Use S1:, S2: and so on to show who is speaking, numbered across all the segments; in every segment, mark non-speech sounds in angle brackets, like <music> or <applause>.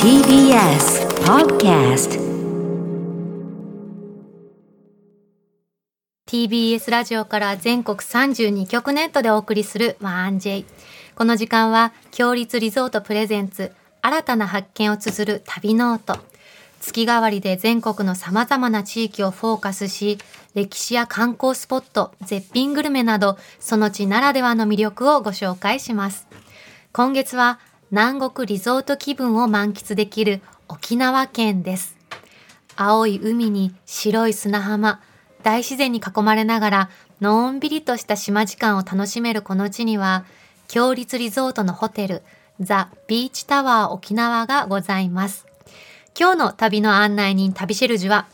S1: TBS Podcast
S2: TBS ラジオから全国32局ネットでお送りする 1J この時間は強立リゾートプレゼンツ新たな発見を綴る旅ノート月替わりで全国のさまざまな地域をフォーカスし歴史や観光スポット絶品グルメなどその地ならではの魅力をご紹介します今月は南国リゾート気分を満喫できる沖縄県です青い海に白い砂浜大自然に囲まれながらのんびりとした島時間を楽しめるこの地には強立リゾートのホテルザ・ビーチタワー沖縄がございます今日の旅の案内人旅シェルジュは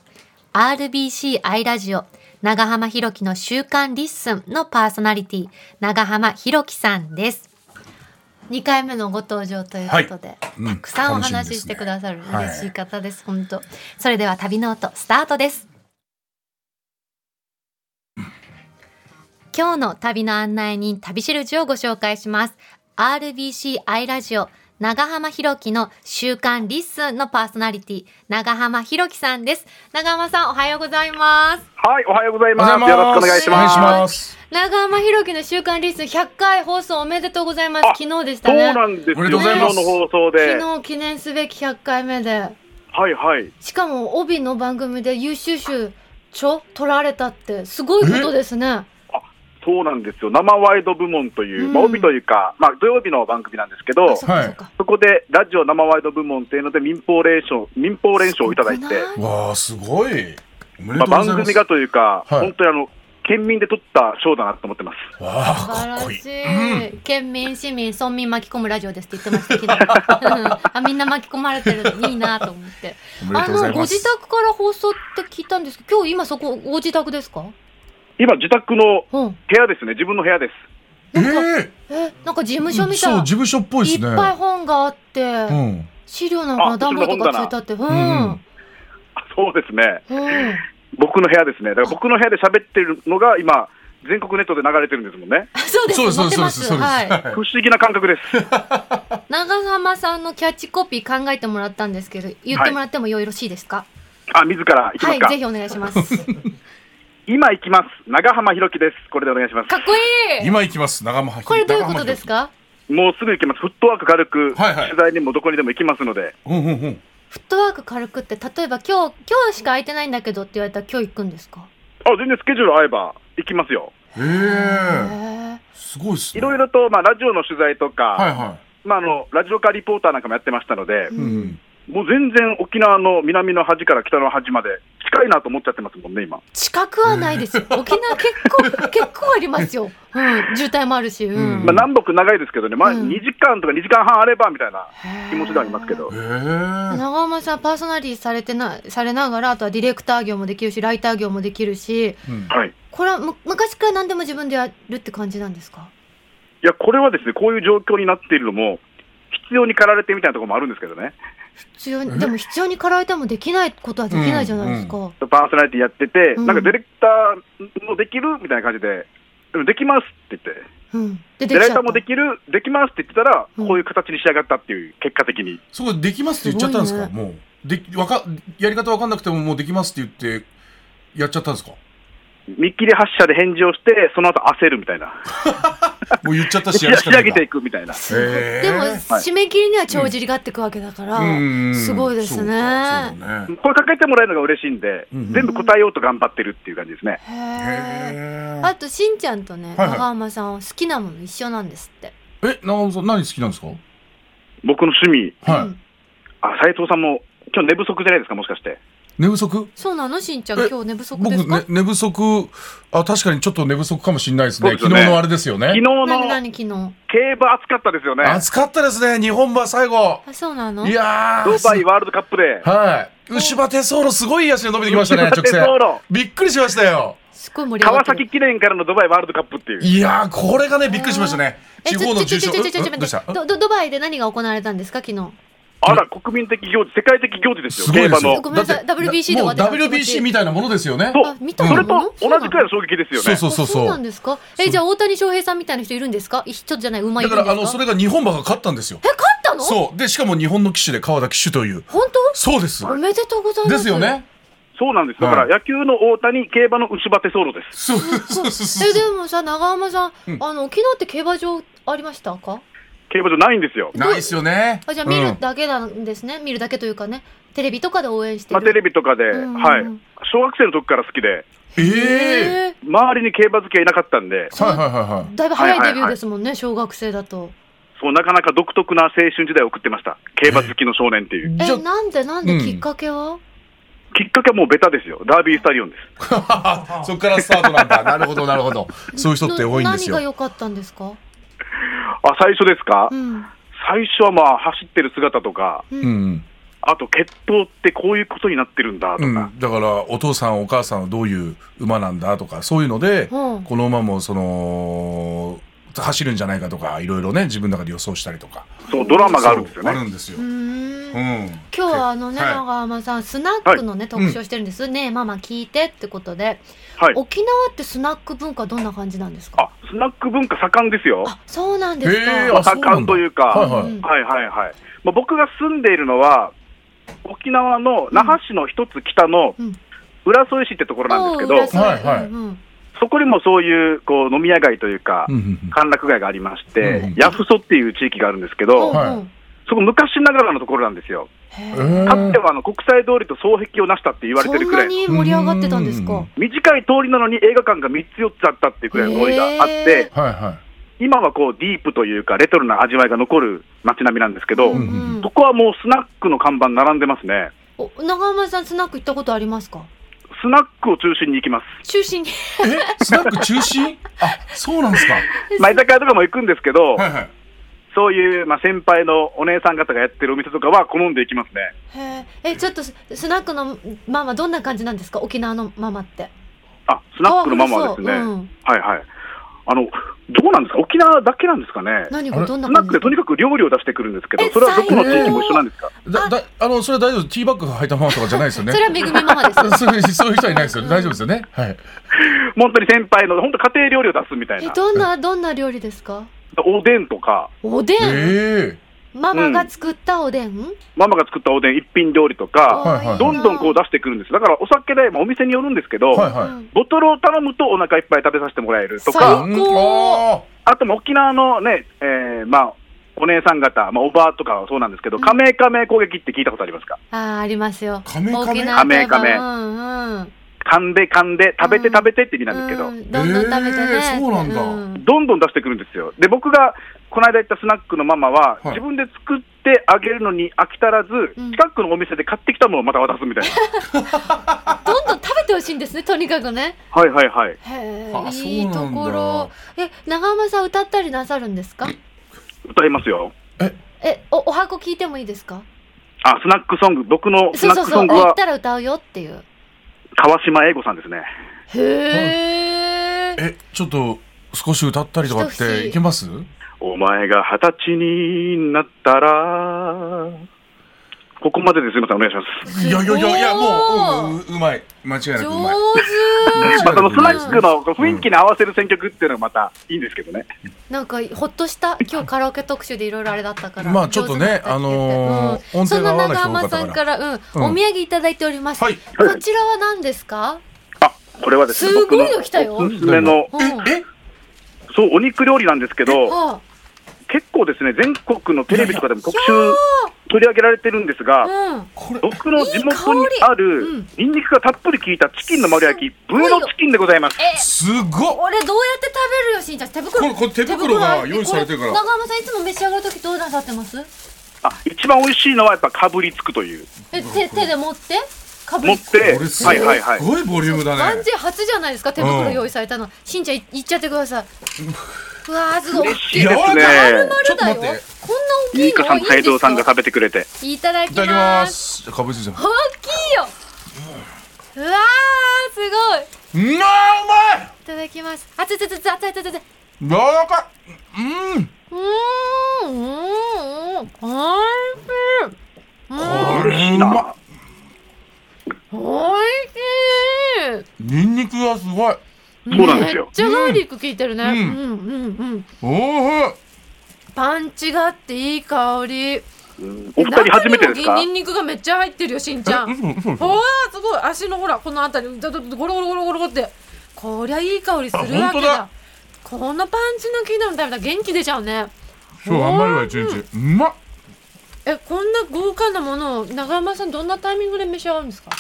S2: RBC アイラジオ長浜ひろきの週刊リッスンのパーソナリティ長浜ひろきさんです2回目のご登場ということで、
S3: うん
S2: たくさんお
S3: 楽しみ
S2: 話
S3: で
S2: し
S3: す
S2: し
S3: ね
S2: てくださる
S3: はい
S2: 嬉しい方です、本当それでは旅ノートスタートです今日の旅の案内人旅しるじをご紹介します RBC アイラジオ長浜ひろきの週刊リッスンのパーソナリティ長浜ひろきさんです長浜さんおはようございます
S4: はい、おはようござい
S3: お。
S4: ます。よろしくお願いします。
S2: お願いします長浜ひろきの週刊リッスン100回放送おめでとうございます
S4: あ
S2: 昨日でし
S4: そ
S2: た
S4: う
S2: ね
S4: なんですよ。
S3: おめでとうございます
S4: 昨日の放送で。
S2: 昨日記念すべき100回目で
S4: はいはい。
S2: しかも帯の番組で優秀賞取られたってすごいことですね
S4: そうなんですよ。生ワイド部門という、
S2: うん
S4: まあ、帯というか、まあ、土曜日の番組なんですけど、
S2: そっ
S4: そ
S2: かそっか、
S4: こでラジオ生ワイド部門っていうので民放連賞、民放連賞をいただい
S2: す
S4: て、
S2: ごくな
S3: わあすごい。おめで
S4: ま
S3: と
S4: あ、
S3: うございます。
S4: 番組がというか、
S3: はい
S4: 本当にあの、県民で取った賞だなと思ってます。
S3: わあ
S2: 素晴
S3: からっこい
S2: し
S3: い。
S2: い、県民市民村民巻き込むラジオですって言ってましたけどうん
S3: <laughs>
S2: あみんな巻き込まれてるのいいなと思って
S3: おめで
S2: あ
S3: とうござ
S2: の
S3: い
S2: ご
S3: ま
S2: 自
S3: す。
S2: 宅から放送って聞いたんですけど今日今そこご自宅ですか
S4: 今、自宅の
S2: うん
S4: 部屋ですね。自分の部屋です。
S3: え
S2: えなんか事
S3: え
S2: 務所
S3: そう
S2: み
S3: 事
S2: たいな
S3: 務所っぽい
S2: い
S3: で
S2: っ
S3: すね。
S2: ぱい本があって、
S3: うん。
S2: 資料なんか
S4: あ
S2: 段ボールとか
S4: 私
S2: つ
S4: の
S2: いたってうん、う
S3: 本
S2: ん
S3: 棚
S4: あそうですね。僕の部屋ですね。だから僕の部屋で喋ってるのが、今、全国ネットで流れてるんですもんね。
S2: そうです
S3: そうです
S2: 持っ
S3: そうで
S2: て
S3: すそう
S2: ま
S3: ですす
S2: は
S3: そうです。
S2: い
S4: 不思議な感覚です。
S2: 長浜さんのキャッチコピー考えてもらったんですけど言ってもらってもよろしいですか
S4: あ、自ら行きま
S2: は
S4: す
S2: い、
S4: か。
S2: ぜひお願いし
S4: <laughs>
S2: ますか
S4: 今行きます。長浜ひろきです。これでお願いします。
S2: っこいい
S3: 今行きます長浜。
S2: これどういうことです
S3: か。
S2: か
S4: もうすぐ行きます。フットワーク軽く、
S3: はいはい
S4: 取材にもどこにでも行きますので。
S3: うんうんうん。
S2: フットワーク軽くって例えば今日今日しか空いてないんだけどって言われたら今日行くんですか
S4: あ、全然スケジュール合えば行きますよ。
S3: ええ
S2: へえ
S3: すごいですね。
S4: いろい。ろと、まあ、ラジオの取材とか、
S3: はいは
S4: まあ、あの、ラジオカーリポーターなんかもやってましたので
S2: う
S3: い。
S2: ん、
S3: うん。
S4: もう全然沖縄の南の端から北の端まで近いなと思っちゃってますもんね、今。
S2: 近くはないですよ沖縄結構 <laughs> 結構ありますよ、うん、渋滞もあるし、う
S3: うん
S4: まあ、南北長いですけどね、まあ、
S2: うん
S4: 2時間とか2時間半あればみたいな
S2: へえ
S4: 気持ちではありますけど
S3: ええ。
S2: 長浜さんパーソナリティされてなされながらあとはディレクター業もできるしライター業もできるし
S3: うん
S4: はい。い
S2: これはむ昔から何でも自分でやるって感じなんですか
S4: や、これはですね、こういう状況になっているのも、必要に駆られてみたいなところもあるんですけどね。
S2: 必要にでも必要に駆られてもできないことはできないじゃないですか、
S4: パーソナリティやってて、
S2: うん
S4: なんかディレクターもできるみたいな感じで、でもできますって言って、
S2: うんで
S4: デ
S2: で
S4: ィ
S2: き
S4: レ
S2: ち
S4: ク
S2: ゃ
S4: タ
S2: っ
S4: ーも
S2: た
S4: できる、できますって言ってたら、
S2: うん
S4: こういう形に仕上がったっていう、結果的に。
S3: そこでできますって言っちゃったんですか。
S2: す
S3: もうでわかやり方わかんなくてももうできますって言ってやっちゃったんですか。
S4: 見切り発車で返事をして、その後焦るみたいな。
S3: もう言っちゃった
S4: で
S3: し
S4: 仕
S3: やるしかな
S4: 上
S3: いん
S4: げ
S3: だ
S4: ていくみたいな。
S2: すごい
S3: へえ
S2: でも
S3: はい
S2: 締め切りには帳尻がってくわけだから、
S3: うん
S2: すごいですね
S3: そうかそうだね。
S4: これかけてもらえるのが嬉しいんで、
S3: うん
S4: 全部答えようと頑張ってるっていう感じですね。
S2: へえ
S3: へえ
S2: あとしんちゃんとね
S3: はいはい
S2: 長浜さんは好きなもの一緒なんですって、
S3: え、長尾さん何好きなんですか
S4: 僕の趣味、
S3: は
S2: うん
S3: い。
S4: あ、斉藤さんも、今日寝不足じゃないですか、もしかして。
S3: 寝不足
S2: そうなのしんちゃん
S3: え
S2: 今日寝不足
S3: 僕、
S2: ですか、
S3: ね、寝不足、あ、確かにちょっと寝不足かもしれないですね。
S4: そうですよね
S3: 昨日のあれですよ
S4: 昨日
S3: ね。
S4: の
S2: 何何昨日
S4: 競馬暑かったですよね。
S3: 暑かったですね、日本馬最後。
S2: あそうなの
S3: いや
S4: ド
S3: ー。
S4: バイワールドカップで。
S3: はい。牛馬手ソーロすごい足で伸びてきましたね、直
S4: 牛馬手走
S3: 線
S4: 路。
S3: びっくりしましたよ。
S2: すごい盛り上が
S4: 川
S2: ってる
S4: 崎記念からのドバイワールドカップっていう。
S3: いやー、これがね、びっくりしましたね。
S2: え
S3: 地方の中小。
S2: ちょちょちょちょちょちょ
S3: う
S2: ちょ
S3: んどうした
S2: どどドバイで何が行われたんですか昨日
S4: あら、国民的行事、世界的行事ですよ、
S3: すごいです
S4: 競馬
S3: よ。
S4: の。
S2: ごめんなさい
S3: だって
S2: WBC で終わってた
S3: もう WBC みたいなものですよね。
S4: そ
S2: あ
S4: う、
S2: 見
S3: た
S4: そ
S3: の
S4: れと
S2: そう
S4: 同
S2: なの
S4: じくらいの衝撃ですよね。
S3: そうそうそう
S2: そう
S3: そ
S2: なん
S3: う。
S2: ですかえじゃあ大谷翔平さんみたいな人いるんですか人じゃない馬い
S3: だ
S2: るんです
S3: から、
S2: か
S3: あの、それが日本馬が勝ったんですよ。
S2: え勝っったの
S3: そう。で、しかも日本の騎手で川田騎手という。
S2: 本
S3: そうです
S2: 当。おめでとうございます。
S3: ですよ。ね。
S4: そうなんです。だから、野球の大谷、競馬の内バテソロです。
S3: そうそうそう <laughs>
S2: え、
S3: そう。
S2: でもさ、長浜さん、
S3: うん
S2: あの、沖縄って競馬場ありましたか
S4: 競馬場ないんですよ。
S3: ないですよね。
S2: あじゃあ
S3: うん
S2: 見るだけなんですね、見るだけというかね、テレビとかで応援して
S4: ま
S2: る。
S4: あ、テレビとかで、
S2: うん
S4: はい。小学生の時から好きで、
S3: ええ。
S2: え
S4: 周りに競馬好きはいなかったんで、
S3: はいはいはいは
S2: ー
S3: い。
S2: だいぶ早いデビューですもんね、小学生だと。
S4: そう、なかなか独特な青春時代を送ってました。競馬好きの少年っていう。
S3: じゃ
S2: え、なんでなん
S3: う
S2: で
S3: ん
S2: きっかけは
S4: きっかけはもうベタですよ。ダービースタリオンです。
S3: あそこからスタートな
S2: <laughs>
S3: んだ。なるほどなるほど。そういう人って多いんで
S2: 何
S3: す
S2: が
S3: よ。
S2: 良かったんですか
S4: あ、最初ですか、
S2: うん。
S4: 最初はまあ、走ってる姿とか、
S3: うん。
S4: あと、血統ってこういうことになってるんだと
S3: う
S4: か、
S3: ん、だからお父さんお母さんはどういう馬なんだとかそういうので、
S2: うん
S3: この馬もその走るんじゃないかとかいろいろね自分の中で予想したりとか
S4: そう、ドラマがあるんですよ
S3: そうあ
S4: ね。
S3: るんですよ、
S2: うーん
S3: うん、
S2: 今日はあのね、
S3: はい
S2: 長浜さん、スナックのね、特集をしてるんです。ねえママ聞いてってことで、
S4: はい。
S2: 沖縄ってスナック文化どんな感じなんですか
S4: あ、スナック文化盛んですよ。
S2: あ、そうなんです
S3: へえ
S2: か。
S3: あそうなんだ
S4: 盛んというか、
S3: はいはい、
S2: うん
S4: はいはいはい。まあ、僕が住んでいるのは、沖縄の那覇市の一つ北の
S2: うん
S4: 浦添市ってところなんですけど、
S2: おう浦添
S3: はいはい
S2: うんうん
S4: そこにもそういうこう飲み屋街というか
S3: うん、うん
S4: 歓楽街がありまし
S3: う
S4: て
S3: ん、
S4: ヤフソっていう地域があるんですけ
S2: おう
S4: ど、
S3: はい
S2: おう
S4: そこ昔ながらのところなんですよ。
S2: へえ
S3: うんえ
S4: かつて
S3: ー
S4: はあの国際通りと双璧をなしたって言われてる
S2: そん
S4: く
S2: な
S4: らい、
S2: に盛り上がってたんです
S3: う
S2: か
S3: ん。
S4: 短い通りなのに映画館が3つ4つあったっていうくらいの通りがあっ
S2: へ
S4: て、
S3: はいは
S4: 今はこうディープというかレトロな味わいが残る街並みなんですけど
S2: うん、うん
S4: そこはもうスナックの看板並んでますね。
S2: お長浜さん、スナック行ったことありますか
S4: スナックを中心に行きます。
S2: 中心に。
S3: いえスナック中止 <laughs> あそうなんですか
S4: まあ、居酒屋とかも行くんですけど、
S3: はいはい
S4: そういう、まあ、先輩のお姉さん方がやってるお店とかは好んでいきますね。
S2: へええ、ちょっとススナックのママ、どんな感じなんですか沖縄のママって。
S4: あ、スナックのママはですね。
S2: パワフルそううん
S4: はいはい。あの、どうなんですか沖縄だけなんですかね
S2: 何
S3: あ
S2: が
S3: れ
S2: どんな
S4: スナ
S2: 感
S4: ッ
S2: じ
S4: クでとにかく料理を出してくるんですけど
S2: え、
S4: それはどこの地域も一緒なんですか
S3: だだあのそれは大丈夫ティーバッグ履いたままとかじゃないですよね
S2: それはめぐみママです。
S3: <laughs> そういうそういう人はいないですよね大丈夫ですよねはい
S4: 本当に先輩の、本当家庭料理を出すみたい
S2: え、
S4: な。
S2: どんな、どんな料理ですか
S4: おでんとか、
S2: おで
S3: え
S2: ん
S3: え
S2: ママが作ったおでん
S4: ママが作ったおでん一品料理と
S3: は
S4: か、
S3: いはい
S4: どんどんこう出
S2: し
S4: してくるんです。だからお酒で、まあ、お店によるんですけど、
S3: はいはい
S4: ボトルを頼むとお腹いっぱい食べさせてもらえると
S2: 最
S4: か
S2: 高、
S3: うんあ
S4: あとも沖縄のね、えーまあ、お姉さん方、まあ、おばあとかはそうなんですけど、
S2: うん
S4: 加盟加盟攻撃って聞いたことありますか
S2: あーありますよ。
S3: カメカメ
S2: 沖縄といえば
S4: カメカメ
S2: うんうん。
S4: 噛んで噛んで、食べて
S2: うん
S4: 食べてって意味なんですけど、
S2: うんどんどん食べてね。
S3: えーそうなんだ
S4: どんどん出してくるんですよ。で、僕がこの間行ったスナックのママは、
S3: はい
S4: 自分で作ってあげるのに飽き足らず、
S2: うん
S4: 近くのお店で買ってきたものをまた渡す
S2: <laughs>
S4: みたいな。
S2: どんどん食べてほしいんですね、とにかくね。
S4: はいはいはい。
S2: へ
S3: あ
S2: え、
S3: そう
S2: いいとこ
S3: なん
S2: ろ。え、長浜さん歌ったりなさるんですか
S4: 歌いますよ。
S2: え、お、お箱聞いてもいいですか
S4: あ、スナックソング、僕のス
S2: そう
S4: ナ
S2: そ
S4: ッ
S2: う
S4: ク
S2: そ
S4: ソ
S2: う、
S4: ング
S2: 行っ
S4: は
S2: たら歌うよっていう。
S4: 川島英吾さんですね。
S2: へえ。
S3: えちょっと少し歌ったりとかっ
S2: 一節
S3: ていけます
S4: お前が二十歳になったら、ここまでですいません、お願いします。
S3: いやいやいやいや
S2: すごい
S3: もう、うんううまい間違いなくうまい
S2: 上手。
S4: まあ、そのスナックのこう雰囲気に合わせる選曲っていうのがまたいいんですけどね。
S2: なんかほっとした今日カラオケ特集でいろいろあれだったから
S3: まあちょっとね
S2: 上手だったって言って
S3: あのー
S2: うん
S3: 音
S2: そん
S3: 程
S2: な
S3: が合わ
S2: 長
S3: ない人多か
S2: 浜
S3: ったから
S2: さんから、うん
S3: うん
S2: お土産いただいております、
S3: はい
S2: こちらは何ですか
S4: あ、これはですね、
S2: すごいの
S4: 僕
S2: 来たよ
S4: おすすめの、
S2: うん
S3: ええ
S4: そう、お肉料理なんですけど、
S2: あ
S4: 結構ですね、全国のテレビとかでも特集
S2: いや
S4: 取り上げられてるんですが、
S2: うん
S3: これ
S4: 僕の地元にあ
S2: いい香りう
S4: る
S2: ん、
S4: ニンニクがたっぷり効いたチキンの丸焼き、ブ
S2: ごい
S4: ー
S2: よ
S4: ロチキンでございます。
S2: え
S3: すごっ
S2: 俺どうやって食べるよしんちゃん手袋
S3: これこれ手袋が用意されてるから
S2: こ長浜さんいつも召し上がる時どうなさってます
S4: あ、一番美味しいのはやっぱかぶりつくという。
S2: え手手で持ってかぶ
S4: 持っ
S2: りつく
S4: て、
S3: これす
S4: はいはいはい。
S3: ごいボリュームだ
S2: 万
S3: ね
S2: 事初じゃないですか手袋用意されたの、しんちゃんいいっちゃってくださいうわーすごい大きい
S4: 嬉しいですね
S2: 丸々
S3: ちょっと
S2: だよこん
S3: 待って
S2: な大き
S4: ニ
S2: い
S4: ーカ
S2: の
S4: さんと
S2: いいんで
S4: 斎
S2: す
S4: 藤
S2: か
S4: さんが食べてくれて。
S2: いただき
S3: いただき
S2: ま。
S3: ますすかぶりついてま
S2: 大きいよ。うわー、すごい。い
S3: すうんあー
S2: ただきます。あつつつつ、あつあつあつあつ。
S3: うまいやわらかいうん
S2: うーん、うーん、うーん、おいしい。うーん、
S3: これうま
S2: おいしい。
S3: ニンニクがすごい
S4: そうなんですよ
S2: めっちゃガーリック効いてるね。う
S3: うんん、
S2: うん、うん。
S3: おいしい
S2: パンチがあっていい香り
S4: お二人初めて
S2: 中
S4: ですか
S2: にもニンニクがめっちゃ入ってるよしんちゃんおおすごい足のほらこの辺りだだだゴロゴロゴロゴロゴロってこりゃいい香りするわけ
S3: あ
S2: だ
S3: 本当だ
S2: このパンチの効いたの食べたら元気出ちゃうね
S3: 今日あんまりは一日うまっ
S2: えこんな豪華なものを長山さんどんなタイミングで召し上がるんですか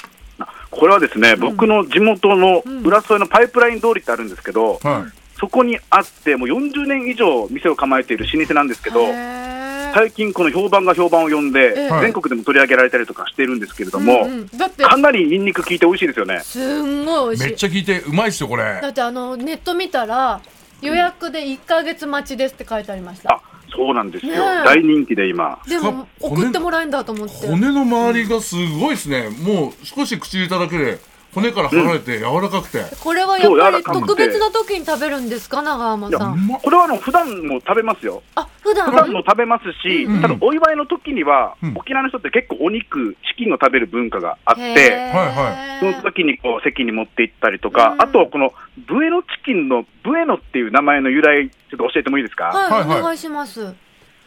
S4: これはですね、僕の地元の
S2: うん
S4: 浦添のパイプライン通りってあるんですけど、
S3: は
S4: そこにあって、もう40年以上店を構えている老舗なんですけど、
S2: へー
S4: 最近、この評判が評判を呼んで、
S2: ええ
S4: 全国でも取り上げられたりとかしているんですけれども、
S2: うんうんだって
S4: かなりニンニク効いて美味しいですよね。
S2: すんごい
S3: い
S2: 美味
S3: めっ
S2: しい
S3: ちゃ効いてうまいっすよこれ
S2: だってあのネット見たら予約で1か月待ちですって書いてありました
S4: あそうなんですよ、
S2: ねえ
S4: 大人気で今。
S2: でも
S3: か骨
S2: 送ってもらえんだと思って
S3: 骨の周りがすごいですねもう少し口入れただけで骨から離れて柔らかくて
S2: これはやっぱり
S4: そう柔らかくて
S2: 特別な時に食べるんですか長山
S4: いや
S2: さ
S3: うんまっ
S4: これはあの普段も食べますよ、
S2: あ普段
S4: 普段も食べますし、
S3: うん
S4: ただお祝いの時には、
S3: うん
S4: 沖縄の人って結構お肉、チキンを食べる文化があっ
S2: へ
S4: て、
S2: ー
S3: は
S4: その時にこう席に持って行ったりとか、
S2: うん
S4: あとはこのブエノチキンのブエノっていう名前の由来、ちょっと教えてもいいですか、
S2: はい、
S3: はいはい
S2: お願いします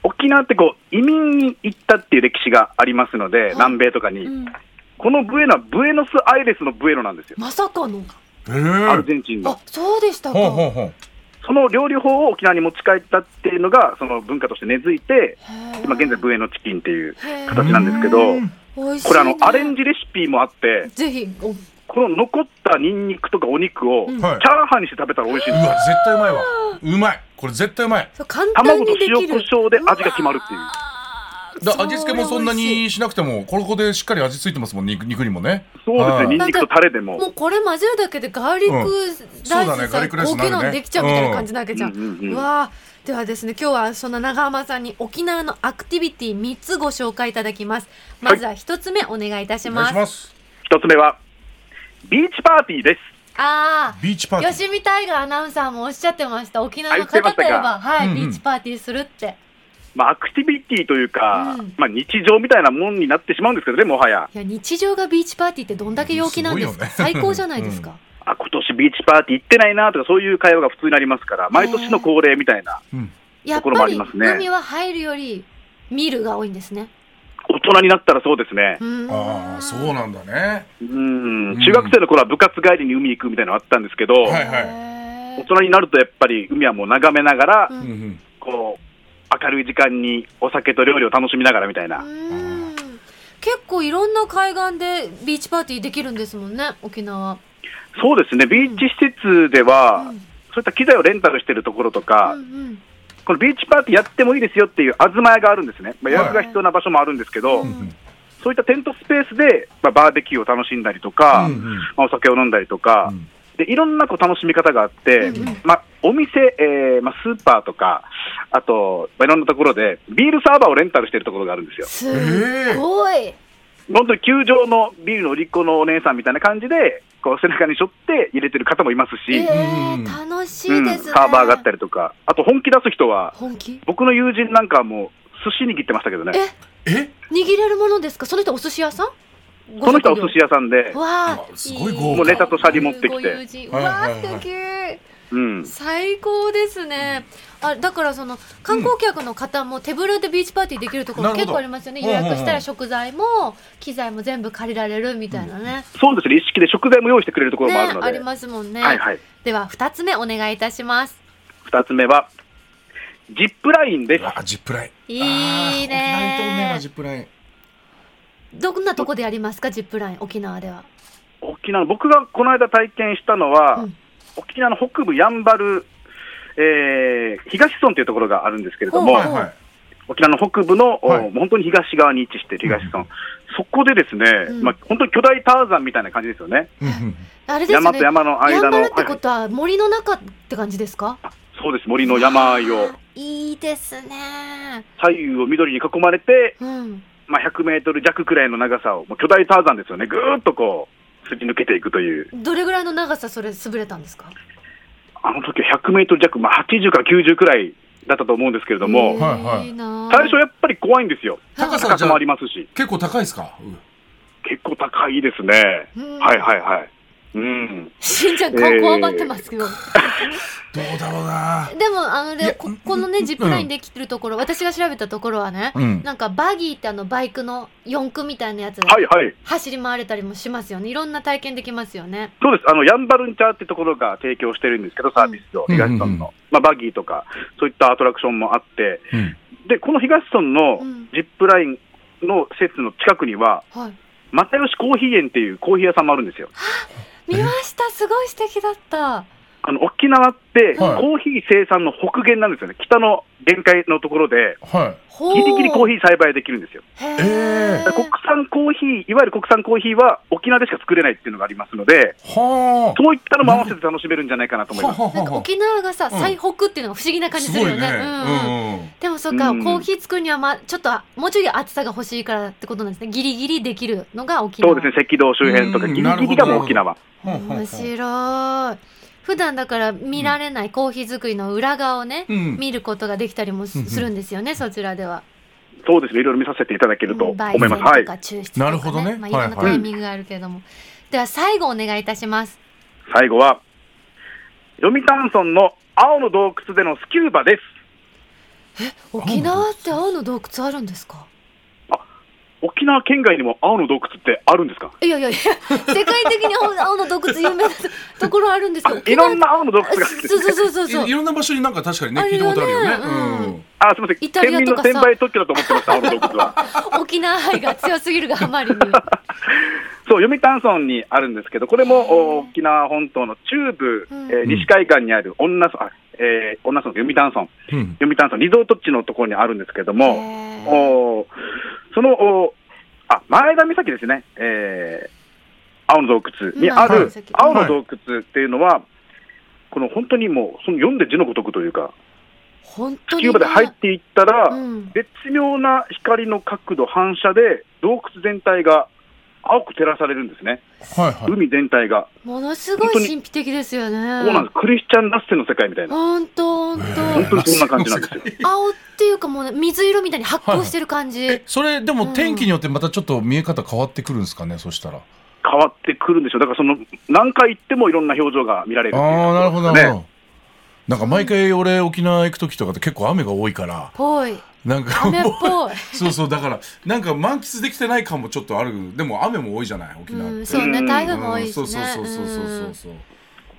S4: 沖縄ってこう移民に行ったっていう歴史がありますので、
S2: い
S4: 南米とかに、
S2: うん
S4: このブエノはブエノスアイレスのブエノなんですよ、
S2: まさかの
S3: へ
S4: アル
S3: え
S4: ゼンチンの
S2: あ。そうでしたか
S3: ほうほうほう
S4: その料理法を沖縄に持ち帰ったっていうのが、その文化として根付いて、今現在、
S2: ー
S4: ブエノチキンっていう、
S2: へー
S4: 形なんですけど
S3: うん
S2: 美味しいね
S4: これあの、アレンジレシピもあって、
S2: ぜひお
S4: この残ったニンニクとかお肉を、
S2: う
S4: チ
S2: ん
S4: ャー
S3: はい
S4: ハンにして食べたら美味しいん
S3: う
S4: ですよ
S3: わ絶対うまいわうまいこれ絶対うまい
S2: そう簡単
S4: 卵
S2: に
S4: と
S2: できる
S4: 塩コショウで味が決まるっていう。
S3: だ味付けもそんなにしなくてもここでしっかり味付いてますもん肉肉にもね
S4: そうですね、ニン
S2: はい
S4: ニクとタレでも。
S2: もうこれ混ぜるだけでガーリックライ
S3: そうだね
S2: ス
S3: ガー
S2: さ、
S3: リックライス
S2: 高級
S3: になるね
S2: なのできちゃうみたいな感じなわけじゃん。
S4: うんうんうんうん
S2: わあではですね今日はその長浜さんに沖縄のアクティビティ3つご紹介いただきます。まずは1つ目お願いいたし
S3: お
S2: ま
S3: 願い
S2: す。
S3: します
S4: 一つ目は、ビーチパーティーです。
S2: あ
S3: ビーチパ
S2: あ
S3: ーティー
S2: 吉見大河アナウンサーもおっしゃってました沖縄の
S4: あ言
S2: 方
S4: っ
S2: と
S4: てま
S2: いえ
S4: したか
S2: ば、はい
S3: うんうん
S2: ビーチパーティーするって。
S4: まあ、アクティビティというか、
S2: うん
S4: まあ、日常みたいなもんになってしまうんですけどね、もはや。
S2: いや日常がビーチパーティーってどんだけ陽気なんですか
S3: すごいよね
S2: 最高じゃないですか。
S4: あ、今年ビーチパーティー行ってないなとか、そういう会話が普通になりますから、毎年の恒例みたいな。
S2: やっ
S4: ところも
S2: ぱ
S4: あり
S2: り
S4: ますね
S2: 海は入るより見るが多いんですね。
S4: 大人になったらそうですね。
S2: うん
S3: ああそうなんだね
S4: う
S3: う
S4: ん
S3: ん。
S4: 中学生の頃は部活帰りに海行くみたいなのあったんですけど、
S3: はいはい
S2: へ
S4: 大
S2: ー
S4: 人になるとやっぱり海はもう眺めながら、
S2: うん
S3: うんうん
S4: こう、明るい時間にお酒と料理を楽しみながらみたいな。
S2: うん結構いろんな海岸でビーチパーティーできるんですもんね沖縄
S4: そうですね、ビーチ施設では、
S2: うん
S4: そういった機材をレンタルしてるところとか、
S2: うんうん
S4: このビーチパーティーやってもいいですよっていう、あずまやがあるんですね、まあ、予約が必要な場所もあるんですけ
S2: う
S4: ど、
S3: うんんうん
S4: そういったテントスペースで、まあ、バーベキューを楽しんだりとか、
S3: うんうん
S4: まあ、お酒を飲んだりとか、
S3: うん
S4: でいろんなこう楽しみ方があって、
S2: うんうん
S4: まあ、お店、えーまあ、スーパーとか、あと、まあ、いろんなところで、ビールサーバーをレンタルしてるところがあるんですよ。
S2: すっごい、
S4: 本当に球場のビールの売り子のお姉さんみたいな感じで、こう背中に背負って入れてる方もいますし、
S2: えー
S3: うん
S2: 楽しい
S4: うん
S2: ですね、
S4: サーバーがあったりとか、あと本気出す人は、
S2: 本気
S4: 僕の友人なんかはもう、寿司握ってましたけどね
S2: え、
S3: え
S2: 握れるものですかその人お寿司屋さん
S4: この人はお寿司屋さんで
S2: 屋、わあ
S3: あすごい豪華
S4: もうネタとシャリ持ってきて
S2: ご友人わあ
S3: はいはいはい
S2: 素敵
S4: うん、
S2: 最高ですね。あだからその観光客の方も手ぶらでビーチパーティーできるところ
S3: なるほ
S2: 結
S3: ど
S2: 構ありますよね。
S3: うん
S2: 予
S3: うんうん
S2: 約したら食材も機材も全部借りられるみたいなね。
S4: そうですね、一式で食材も用意してくれるところ
S2: ね
S4: もあるの
S2: あ
S4: で、
S2: りますもんね。
S4: はいはい、
S2: では二つ目お願いいたします。
S4: 2つ目は、ジップラインです
S3: う。わジップライン
S2: いい
S3: あー沖縄行ったことない
S2: ね
S3: なジ。ップライン
S2: どんなとこでやりますかジップライン沖縄では。
S4: 沖縄僕がこの間体験したのは、
S2: うん
S4: 沖縄の北部やんばる、えー、東村というところがあるんですけれど
S2: ほう
S4: も、
S3: はいはい
S4: 沖縄の北部の、お
S3: はい
S4: 本当に東側に位置している東村、そこでですね、
S2: うん
S4: まあ、本当に巨大ターザンみたいな感じですよね、
S3: うんうん
S2: あれです
S4: 山
S2: ね。
S4: と山の間の、
S2: やんばるって
S4: はいは
S2: こ
S4: い
S2: とは森の中って感じですか？
S4: そうです、森の山あいを、
S2: いいですね。
S4: 左右を緑に囲まれて、
S2: うん。
S4: まあ、100メートル弱くらいの長さを、もう巨大ターザンですよね、ぐーっとこう、すり抜けていくという、
S2: どれぐらいの長さそれ潰れたんですか？
S4: あの時は100メートル弱、まあ、80から90くらいだったと思うんですけれども、
S3: はいはい
S2: な
S4: 最初やっぱり怖いんですよ、
S3: 高さ
S4: 高さもありますし、
S3: 結構高いですか
S4: 結構高いですね、
S2: うん
S4: はいはいはい、うん。
S2: しんちゃん顔こわばってますけど、
S3: どうだろうな
S2: でもあの
S3: いや
S2: ねここのねジップラインできてるところ、私が調べたところはね、
S3: うん
S2: なんかバギーってあのバイクの四駆みたいなやつ、
S4: はいはい。
S2: 走り回れたりもしますよねいろんな体験できますよね
S4: そうです。あの、ヤンバルンチャーってところが提供してるんですけど、サービスを。
S3: うん
S4: 東村
S3: うんうんうん
S4: の。まあ、バギーとか、そういったアトラクションもあって。
S3: うん
S4: で、この東村の
S2: うん
S4: ジップラインの施設の近くには、
S2: はい
S4: 又吉コーヒー園っていうコーヒー屋さんもあるんですよ。
S2: 見ましたすごい素敵だった
S4: あの、沖縄って、
S3: はい
S4: コーヒー生産の北限なんですよね。北の限界のところで、
S3: はい。
S2: ほ
S4: ギリギリコーヒ
S2: ー
S4: ー栽培できるんですよ。
S2: へ
S3: え
S2: え
S3: ー
S4: 国産コーヒー、いわゆる国産コーヒーは沖縄でしか作れないっていうのがありますので、
S3: はあ。
S4: そういったのも合わせて楽しめるんじゃないかなと思います。
S3: はあ
S2: なんか
S3: は
S2: 沖縄がさ
S3: うん
S2: 最北っていうのが不思議な
S3: あ
S2: 感じ
S3: す
S2: する
S3: ご
S2: よ
S3: い
S2: ね
S3: ね。
S2: うんうん
S3: うんうん。
S2: でもそっか、
S4: うん
S2: コーヒー作るには、まあ、ちょっとあもうちょい厚さが欲しいからってことなんですねギリギリできるのが沖
S4: そ
S2: 縄
S4: うですね、赤道周辺とか、
S3: うん
S4: ギリギリがもう沖縄。
S3: ほうほうほう
S2: 面白い普段だから見られないコーヒー作りの裏側をね、
S3: うん
S2: 見ることができたりもす
S3: うんうん
S2: するんですよね、そちらでは。
S4: そうですね、いろいろ見させていただけると
S2: う
S4: 思
S2: ん
S4: い
S2: 焙
S4: ます。は
S2: 煎
S4: い
S2: と。か抽出とか、ね
S3: なるほどね
S2: まあ、いろんな
S3: はいはい
S2: タイミングがあるけれども、では最後お願いいたします。
S4: 最後は、読谷村の青の洞窟でのスキューバです。
S2: 沖縄って青の洞窟あるんですか
S4: 沖縄県外にも青の洞窟ってあるんですか
S2: いやい
S3: <laughs>
S2: やいや世界的に青青の洞窟有名なところあるんですけど
S4: い
S2: 沖縄
S4: ろんな青の洞窟があるんです
S2: そうそうそうそうそう
S3: いいろんな場所になんか確かにね
S2: あ
S3: 聞い
S2: る
S3: た
S2: よね
S3: ことあるよね。
S2: う
S3: うんん。
S4: あ、すみませ
S2: イ
S4: ん。
S2: タリ
S4: 県
S2: ア
S4: 民
S2: と
S4: の
S2: かさ
S4: 転売特許だと思ってました、青の洞窟
S2: <laughs>
S4: は。
S2: 沖縄愛が強すぎるがあまりに。
S4: そう、読谷村にあるんですけど、これもお沖縄本島の中部、
S2: うん
S4: えー西海岸にある女村、あえー、女村の読谷村、
S3: うん。
S4: 読谷村リゾート地のところにあるんですけど
S2: へ
S4: も、
S2: ー
S4: おーそのおーあ前田岬ですね、えー青の洞窟にあ
S2: うん
S4: る
S2: はい
S4: 青の洞窟っていうのは、この本当にもう、その読んで字のごとくというか、
S2: 本当に
S4: スキュ
S2: ね、
S4: ーバで入っていったら、
S2: うん
S4: 絶妙な光の角度、反射で、洞窟全体が青く照らされるんですね、
S3: はいはい。
S4: 海全体が、
S2: ものすごい神秘的ですよね。
S4: そうなんです、クリスチャン・ラッセの世界みたいな、
S2: 本当
S4: 本
S2: 本
S4: 当にそんな感じなん <laughs> ですよ。
S2: 当。青っていうかもうね水色みたいに発光してる感じ。
S3: えそれで
S2: う
S3: も
S2: ん
S3: 天気によってまたちょっと見え方変わってくるんですかねそしたら。
S4: 変わってくるんでしょう、だからその何回行ってもいろんな表情が見られる
S3: あ
S4: っていう
S3: あなるほどなるほ
S4: ね
S3: ど。なんか毎回俺沖縄行く時とかって結構雨が多いから
S2: ぽい。
S3: なんか
S2: 雨っ
S3: もう
S2: ぽい。
S3: そうそうだからなんか満喫できてない感もちょっとあるでも雨も多いじゃない沖縄っ
S2: う
S3: て
S2: ん、そう
S4: う
S2: ね、
S4: ん
S2: 台風も多いし
S3: そう
S2: ね。
S3: そうそうそうそう
S2: う
S3: そ
S2: ん
S3: うそう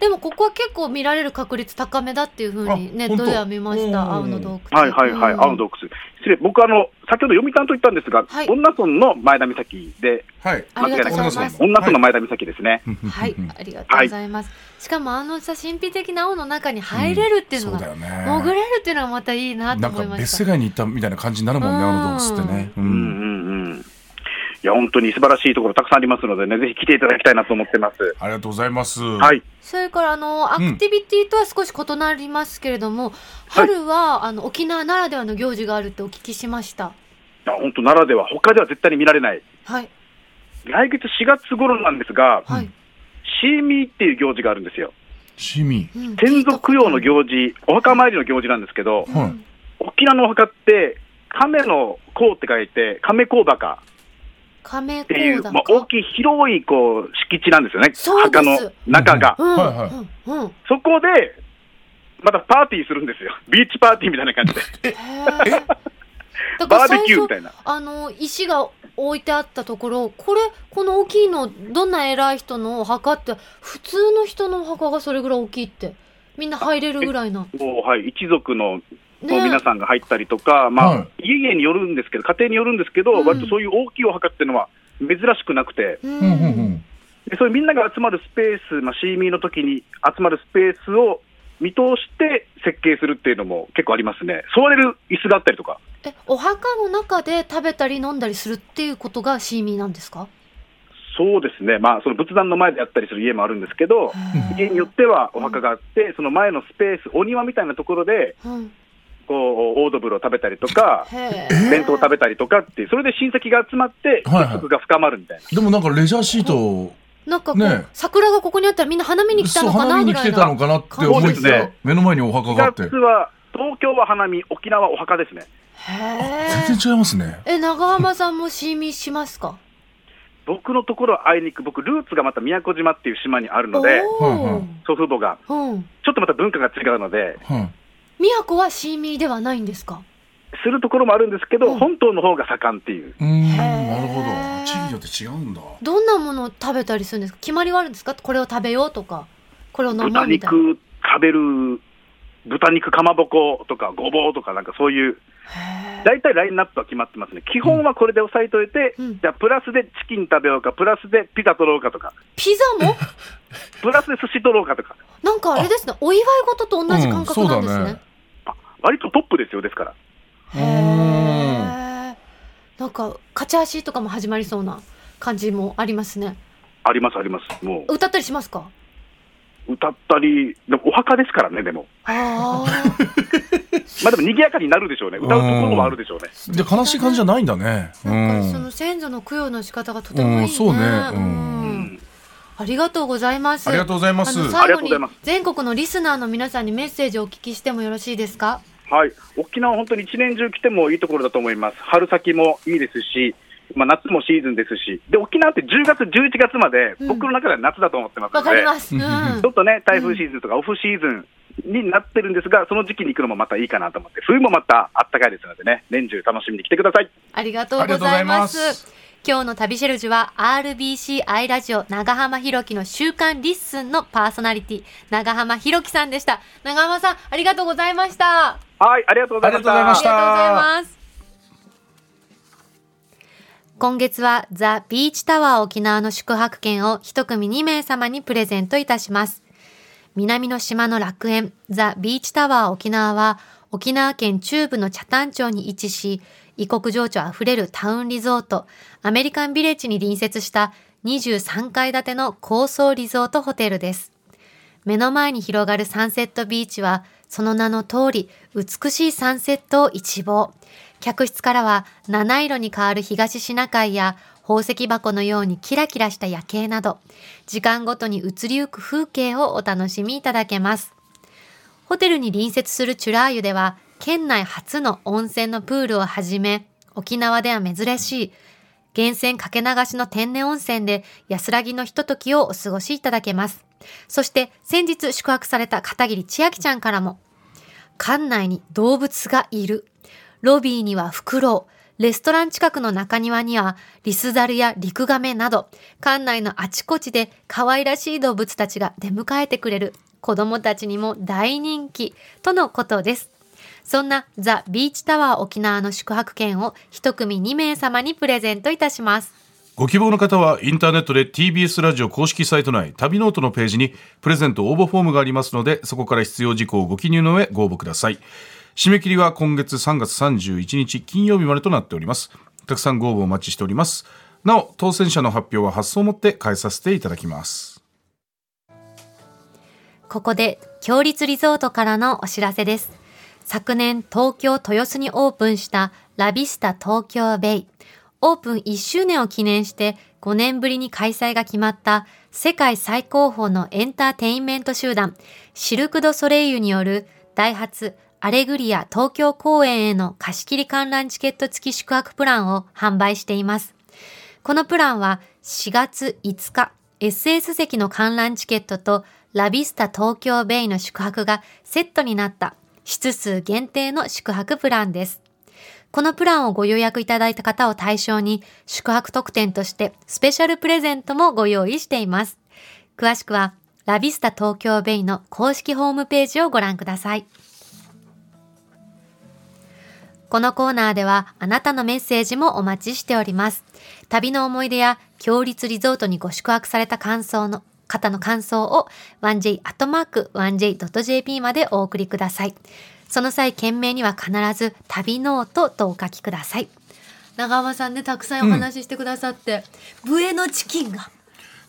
S2: でもここは結構見られる確率高めだっていうふうにネ
S3: あ
S2: ッ
S3: 本
S2: ト
S3: 当
S2: では見まし
S3: うん
S2: た。青の洞窟。
S4: はいはいはい、
S2: うん
S4: 青の洞窟。失礼、僕あの、先ほど読谷と言ったんですが、
S2: はい
S4: 女村の前田岬で、
S3: はい。
S2: ありがとうございます
S3: 間違な
S4: 女村の
S3: はい
S4: 前田岬ですね。
S2: はい、ありがとうございます。しかもあのさ神秘的な青の中に入れるっていうの
S3: そうだ
S2: が、
S3: よね。
S2: 潜れるっていうのがまたいいなと
S3: なん
S2: 思
S3: か
S2: いま
S3: 別
S2: した
S3: 世。界に行ったみたいな感じになるもんね、
S2: うん
S3: あの洞窟ってね。う
S4: うん
S3: ん。
S4: うんうん。いや、本当に素晴らしいところたくさんありますのでね、ぜひ来ていただきたいなと思ってます。
S3: ありがとうございます。
S4: は。。
S3: はい
S2: それからあのアクティビティとは少し異なりますけれども、春はあの沖縄ならではの行事があるってお聞きしました。
S4: いや本当ならでは、他では絶対に見られない。
S2: はい
S4: 来月4月頃なんですが、
S2: はい。
S4: シーミーっていう行事があるんですよ。
S3: 趣味。
S2: うん
S4: 先祖供養の行事、お墓参りの行事なんですけど、
S3: はい。
S4: 沖縄のお墓って、亀の甲って書いて、亀甲墓
S2: 亀
S4: ってい
S2: 甲
S4: う、
S2: だ
S4: まあ、大きい広いこう敷地なんですよね、
S2: そうです
S4: 墓の中が。
S2: うん
S3: はいは
S2: うんうん。
S4: そこで、またパーティーするんですよ、 <laughs> ビーチパーティーみたいな感じで、 <laughs>
S2: へえ。だか
S4: バ
S2: ら
S4: ーベ
S2: 最
S4: キューみ
S2: 初
S4: たいな。
S2: あの石が置いてあったところ、これこの大きいのどんな偉い人のお墓って普通の人のお墓がそれぐらい大きいってみんな入れるぐらいな。
S4: もうはい、一族のこう
S2: ね
S4: 皆さんが入ったりとか、まあ
S3: はい
S4: 家々によるんですけど、家庭によるんですけど、
S2: うん
S4: 割とそういう大きいお墓っていうのは珍しくなくて、
S2: う。
S3: うんうんうんん。
S4: でそういうみんなが集まるスペース、まあ、シーミーの時に集まるスペースを見通して設計するっていうのも結構ありますね、座れる椅子だったりとか、
S2: えお墓の中で食べたり飲んだりするっていうことがシーミーなんですか？
S4: そうですね、まあ、その仏壇の前でやったりする家もあるんですけど、家によってはお墓があって、その前のスペース、お庭みたいなところで、
S2: うん。
S4: こう、オードブルを食べたりとか、
S2: へ
S4: 弁当を食べたりとかっていう、それで親戚が集まって、
S3: はいはい
S4: 結束が深まるみたいな。
S3: でもなんかレジャーシート、
S2: なんかこう、
S3: ねえ
S2: 桜がここにあったらみんな花見に来た
S3: そう
S2: のか
S3: 花
S2: な
S3: 見
S2: ぐ
S3: に
S2: ら
S3: 来
S2: い
S3: て
S2: な。
S3: たのかなって思い
S4: そう
S3: き
S4: です
S3: や
S4: ね、
S3: 目の前にお墓があっ
S4: 4
S3: て。
S4: 月は、東京は花見、沖縄はお墓ですね。
S2: へえ。
S3: 全然違いますね。
S2: え長浜さんもシーミーしますか？
S4: 僕のところはあいにく僕ルーツがまた宮古島っていう島にあるので
S2: おー
S4: 祖父母が
S2: うん。
S4: ちょっとまた文化が違うので
S3: うん。
S2: 宮古はシーミーではないんですか
S4: するところもあるんですけど、
S2: うん
S4: 本島の方が盛んっていう
S3: うーん、
S2: へー
S3: なるほど。地域によって違うんだ。
S2: どんなものを食べたりするんですか決まりはあるんですかこれを食べようとか、これを飲もうみた
S4: 豚
S2: いな。
S4: 肉食べる豚肉かまぼことかごぼうとかなんかそういう
S2: へー
S4: 大体ラインナップは決まってますね基本はこれで押さえといて、
S2: うん
S4: じゃあプラスでチキン食べようかプラスでピザ取ろうかとか
S2: ピザも
S4: プラスで寿司取ろうかとか
S2: なんかあれですね、お祝い事と同じ感覚なんです
S3: うんそうだ
S2: ね
S3: ね。
S4: 割とトップですよですから
S3: うーん。
S2: へーなんか、勝ち足とかも始まりそうな感じもありますね。
S4: ありますありますも
S2: 歌ったりしますか
S4: う歌ったりでもお墓ですからねでも
S2: ああ。
S4: まあでも賑やかになるでしょうね歌うところはあるでしょうね
S3: じゃあ悲しい感じじゃないんだね。う
S2: なんかそ
S3: ん。
S2: の先祖の供養の仕方がとてもいいね。
S3: うんそうねうん
S2: んありがとうございます。
S3: ありがとうございます。
S2: あの
S4: あ
S2: 最
S4: りが
S2: 後
S4: とうご
S2: に
S4: ざいます
S2: 全国のリスナーの皆さんにメッセージをお聞きしてもよろしいですか
S4: はい沖縄は本当に一年中来てもいいところだと思います春先もいいですしまあ、夏もシーズンですし、で沖縄って10月、11月まで、
S2: うん
S4: 僕の中では夏だと思ってますの
S2: わ
S4: で、
S2: かります。う
S3: うんんうんうん。
S4: ちょっとね、台風シーズンとかオフシーズンになってるんですが、その時期に行くのもまたいいかなと思って、冬もまた暖かいですのでね、年中楽しみに来てください。
S2: ありがとうございます。
S3: ありがとうございます
S2: 今日の旅シェルジュは RBCI ラジオ長浜ひろきの週刊リッスンのパーソナリティ長浜ひろきさんでした。長浜さんありがとうございました。
S4: はい、ありがとうございました。
S3: ありが
S2: あ
S3: とうございまし
S2: り
S3: た
S2: がとうございます。今月はザ・ビーチタワー沖縄の宿泊券を一組2名様にプレゼントいたします。南の島の楽園、ザ・ビーチタワー沖縄は、沖縄県中部の北谷町に位置し、異国情緒あふれるタウンリゾート、アメリカンビレッジに隣接した23階建ての高層リゾートホテルです。目の前に広がるサンセットビーチは、その名の通り、美しいサンセットを一望。客室からは、七色に変わる東シナ海や、宝石箱のようにキラキラした夜景など、時間ごとに移りゆく風景をお楽しみいただけます。ホテルに隣接するチュラー湯では、県内初の温泉のプールをはじめ、沖縄では珍しい、源泉かけ流しの天然温泉で安らぎのひとときをお過ごしいただけます。そして先日宿泊された片桐千秋ちゃんからも、館内に動物がいる。ロビーにはフクロウ。レストラン近くの中庭にはリスザルやリクガメなど、館内のあちこちで可愛らしい動物たちが出迎えてくれる。子供たちにも大人気とのことです。そんなザ・ビーチタワー沖縄の宿泊券を一組2名様にプレゼントいたします。
S5: ご希望の方はインターネットで TBS ラジオ公式サイト内旅ノートのページにプレゼント応募フォームがありますのでそこから必要事項をご記入の上ご応募ください締め切りは今月3月31日金曜日までとなっておりますたくさんご応募お待ちしておりますなお当選者の発表は発送をもって返させていただきます
S2: ここで、強立リゾートからのお知らせです。昨年、東京豊洲にオープンしたラビスタ東京ベイ。オープン1周年を記念して、5年ぶりに開催が決まった世界最高峰のエンターテインメント集団、シルク・ド・ソレイユによるダイハツアレグリア東京公演への貸し切り観覧チケット付き宿泊プランを販売しています。このプランは4月5日 SS 席の観覧チケットとラビスタ東京ベイの宿泊がセットになった室数限定の宿泊プランです。このプランをご予約いただいた方を対象に宿泊特典としてスペシャルプレゼントもご用意しています。詳しくはラビスタ東京ベイの公式ホームページをご覧ください。このコーナーではあなたのメッセージもお待ちしております。旅の思い出や強立リゾートにご宿泊された感想の方の感想を 1j.1j.jp までお送りください。その際、件名には必ず旅ノートとお書きください。長浜さんね、たくさんお話ししてくださって、ブエのチキンが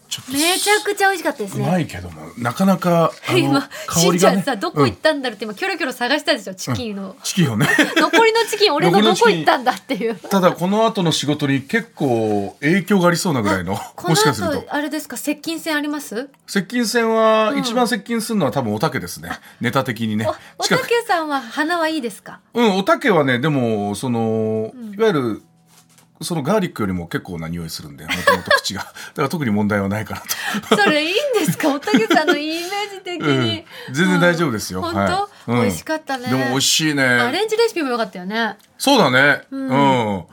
S3: ちょっと
S2: めちゃくちゃ美味しかったです
S3: う
S2: ね。
S3: まいけども、なかなか、あ
S2: <laughs>
S3: の
S2: 今、、し
S3: 香
S2: ん
S3: り
S2: ち
S3: が
S2: ゃん
S3: ね
S2: さ、どこ行
S3: う
S2: っ
S3: ん
S2: たんだろうって今、キョロキョロ探したでしょ、チキンの。
S3: チキンをね。
S2: 残りのチキン、俺のどこ行ったんだっていう。
S3: ただ、この後の仕事に結構影響がありそうなぐらいの、
S2: こ
S3: <laughs> も
S2: の
S3: しかすると
S2: 後。あれですか接近戦あります
S3: 接近戦は、一番接近するのは多分おたけですね。ネタ的にね。
S2: お
S3: 近
S2: た
S3: く。
S2: け
S3: <laughs>
S2: さんは鼻はいいですか
S3: うん、おたけはね、でも、その、いわゆる、そのガーリックよりも結構な匂いするんで、もともと
S2: <laughs>
S3: 口が。だから特に問題はないかなと。
S2: それいいんですかおたけさんのイメージ的
S3: うん
S2: に、
S3: 全然大丈夫ですよ。
S2: 本当、
S3: はいうん
S2: 美味しかったね
S3: でも美味しいね。
S2: アレンジレシピもよかったよね
S3: そうだね。うん。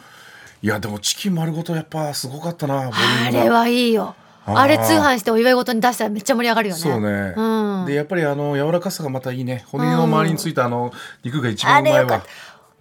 S3: いや、でもチキン丸ごとやっぱすごかったな、ボリュ
S2: あ
S3: ームが
S2: れはいいよ
S3: あー
S2: あれ通販してお祝い事に出したらめっちゃ盛り上がるよね
S3: そうね、
S2: うん、
S3: でやっぱりあの柔らかさがまたいいね骨の周りについたあの肉が一番
S2: あ
S3: う
S2: れ
S3: まい
S2: よかっ
S3: わ
S2: た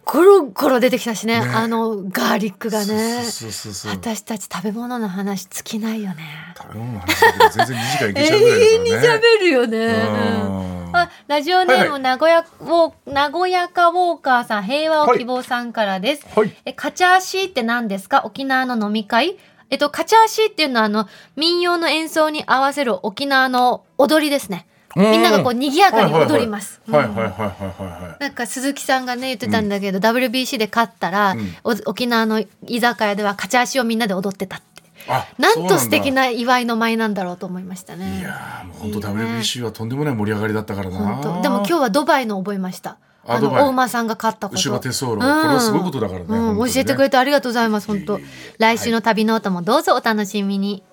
S2: コロコロ出てきたしね
S3: ね
S2: あのガーリックがね
S3: そうそうそうそう
S2: 私たち食べ物の話尽きないよね
S3: 食べ物の話だけど全然2時間
S2: 永
S3: いけちゃうぐらいだ
S2: 遠に
S3: から
S2: 喋
S3: ね
S2: るよね、
S3: うん
S2: あラジオネーム、
S3: はいはい
S2: 名古屋ウォー名古屋かウォーカーさん平和を希望さんからです、
S3: はい
S2: えカチャーシーって何ですか沖縄の飲み会えっとカチャーシーっていうのはあの民謡の演奏に合わせる沖縄の踊りですねみんながこう賑やかに踊ります
S3: はいはい
S2: うん
S3: はいはいはいはいはい
S2: なんか鈴木さんがね言ってたんだけど、WBC で勝ったら、お沖縄の居酒屋ではカチャーシーをみんなで踊ってたって
S3: あ
S2: なんと素敵
S3: な
S2: な祝いの舞なんだろうと思いましたね
S3: いやーもう本当 WBC はとんでもない盛り上がりだったからな
S2: 本当でも今日はドバイの覚えましたあ
S3: あ
S2: の
S3: ドバイ
S2: 大馬さんが勝ったこと
S3: 牛馬テソ
S2: う
S3: ーロ
S2: ん
S3: これはすごいことだからね
S2: うん
S3: 本当にね
S2: 教えてくれてありがとうございます本
S3: い
S2: 当
S3: えいえ
S2: 来週の旅ノートもどうぞお楽しみに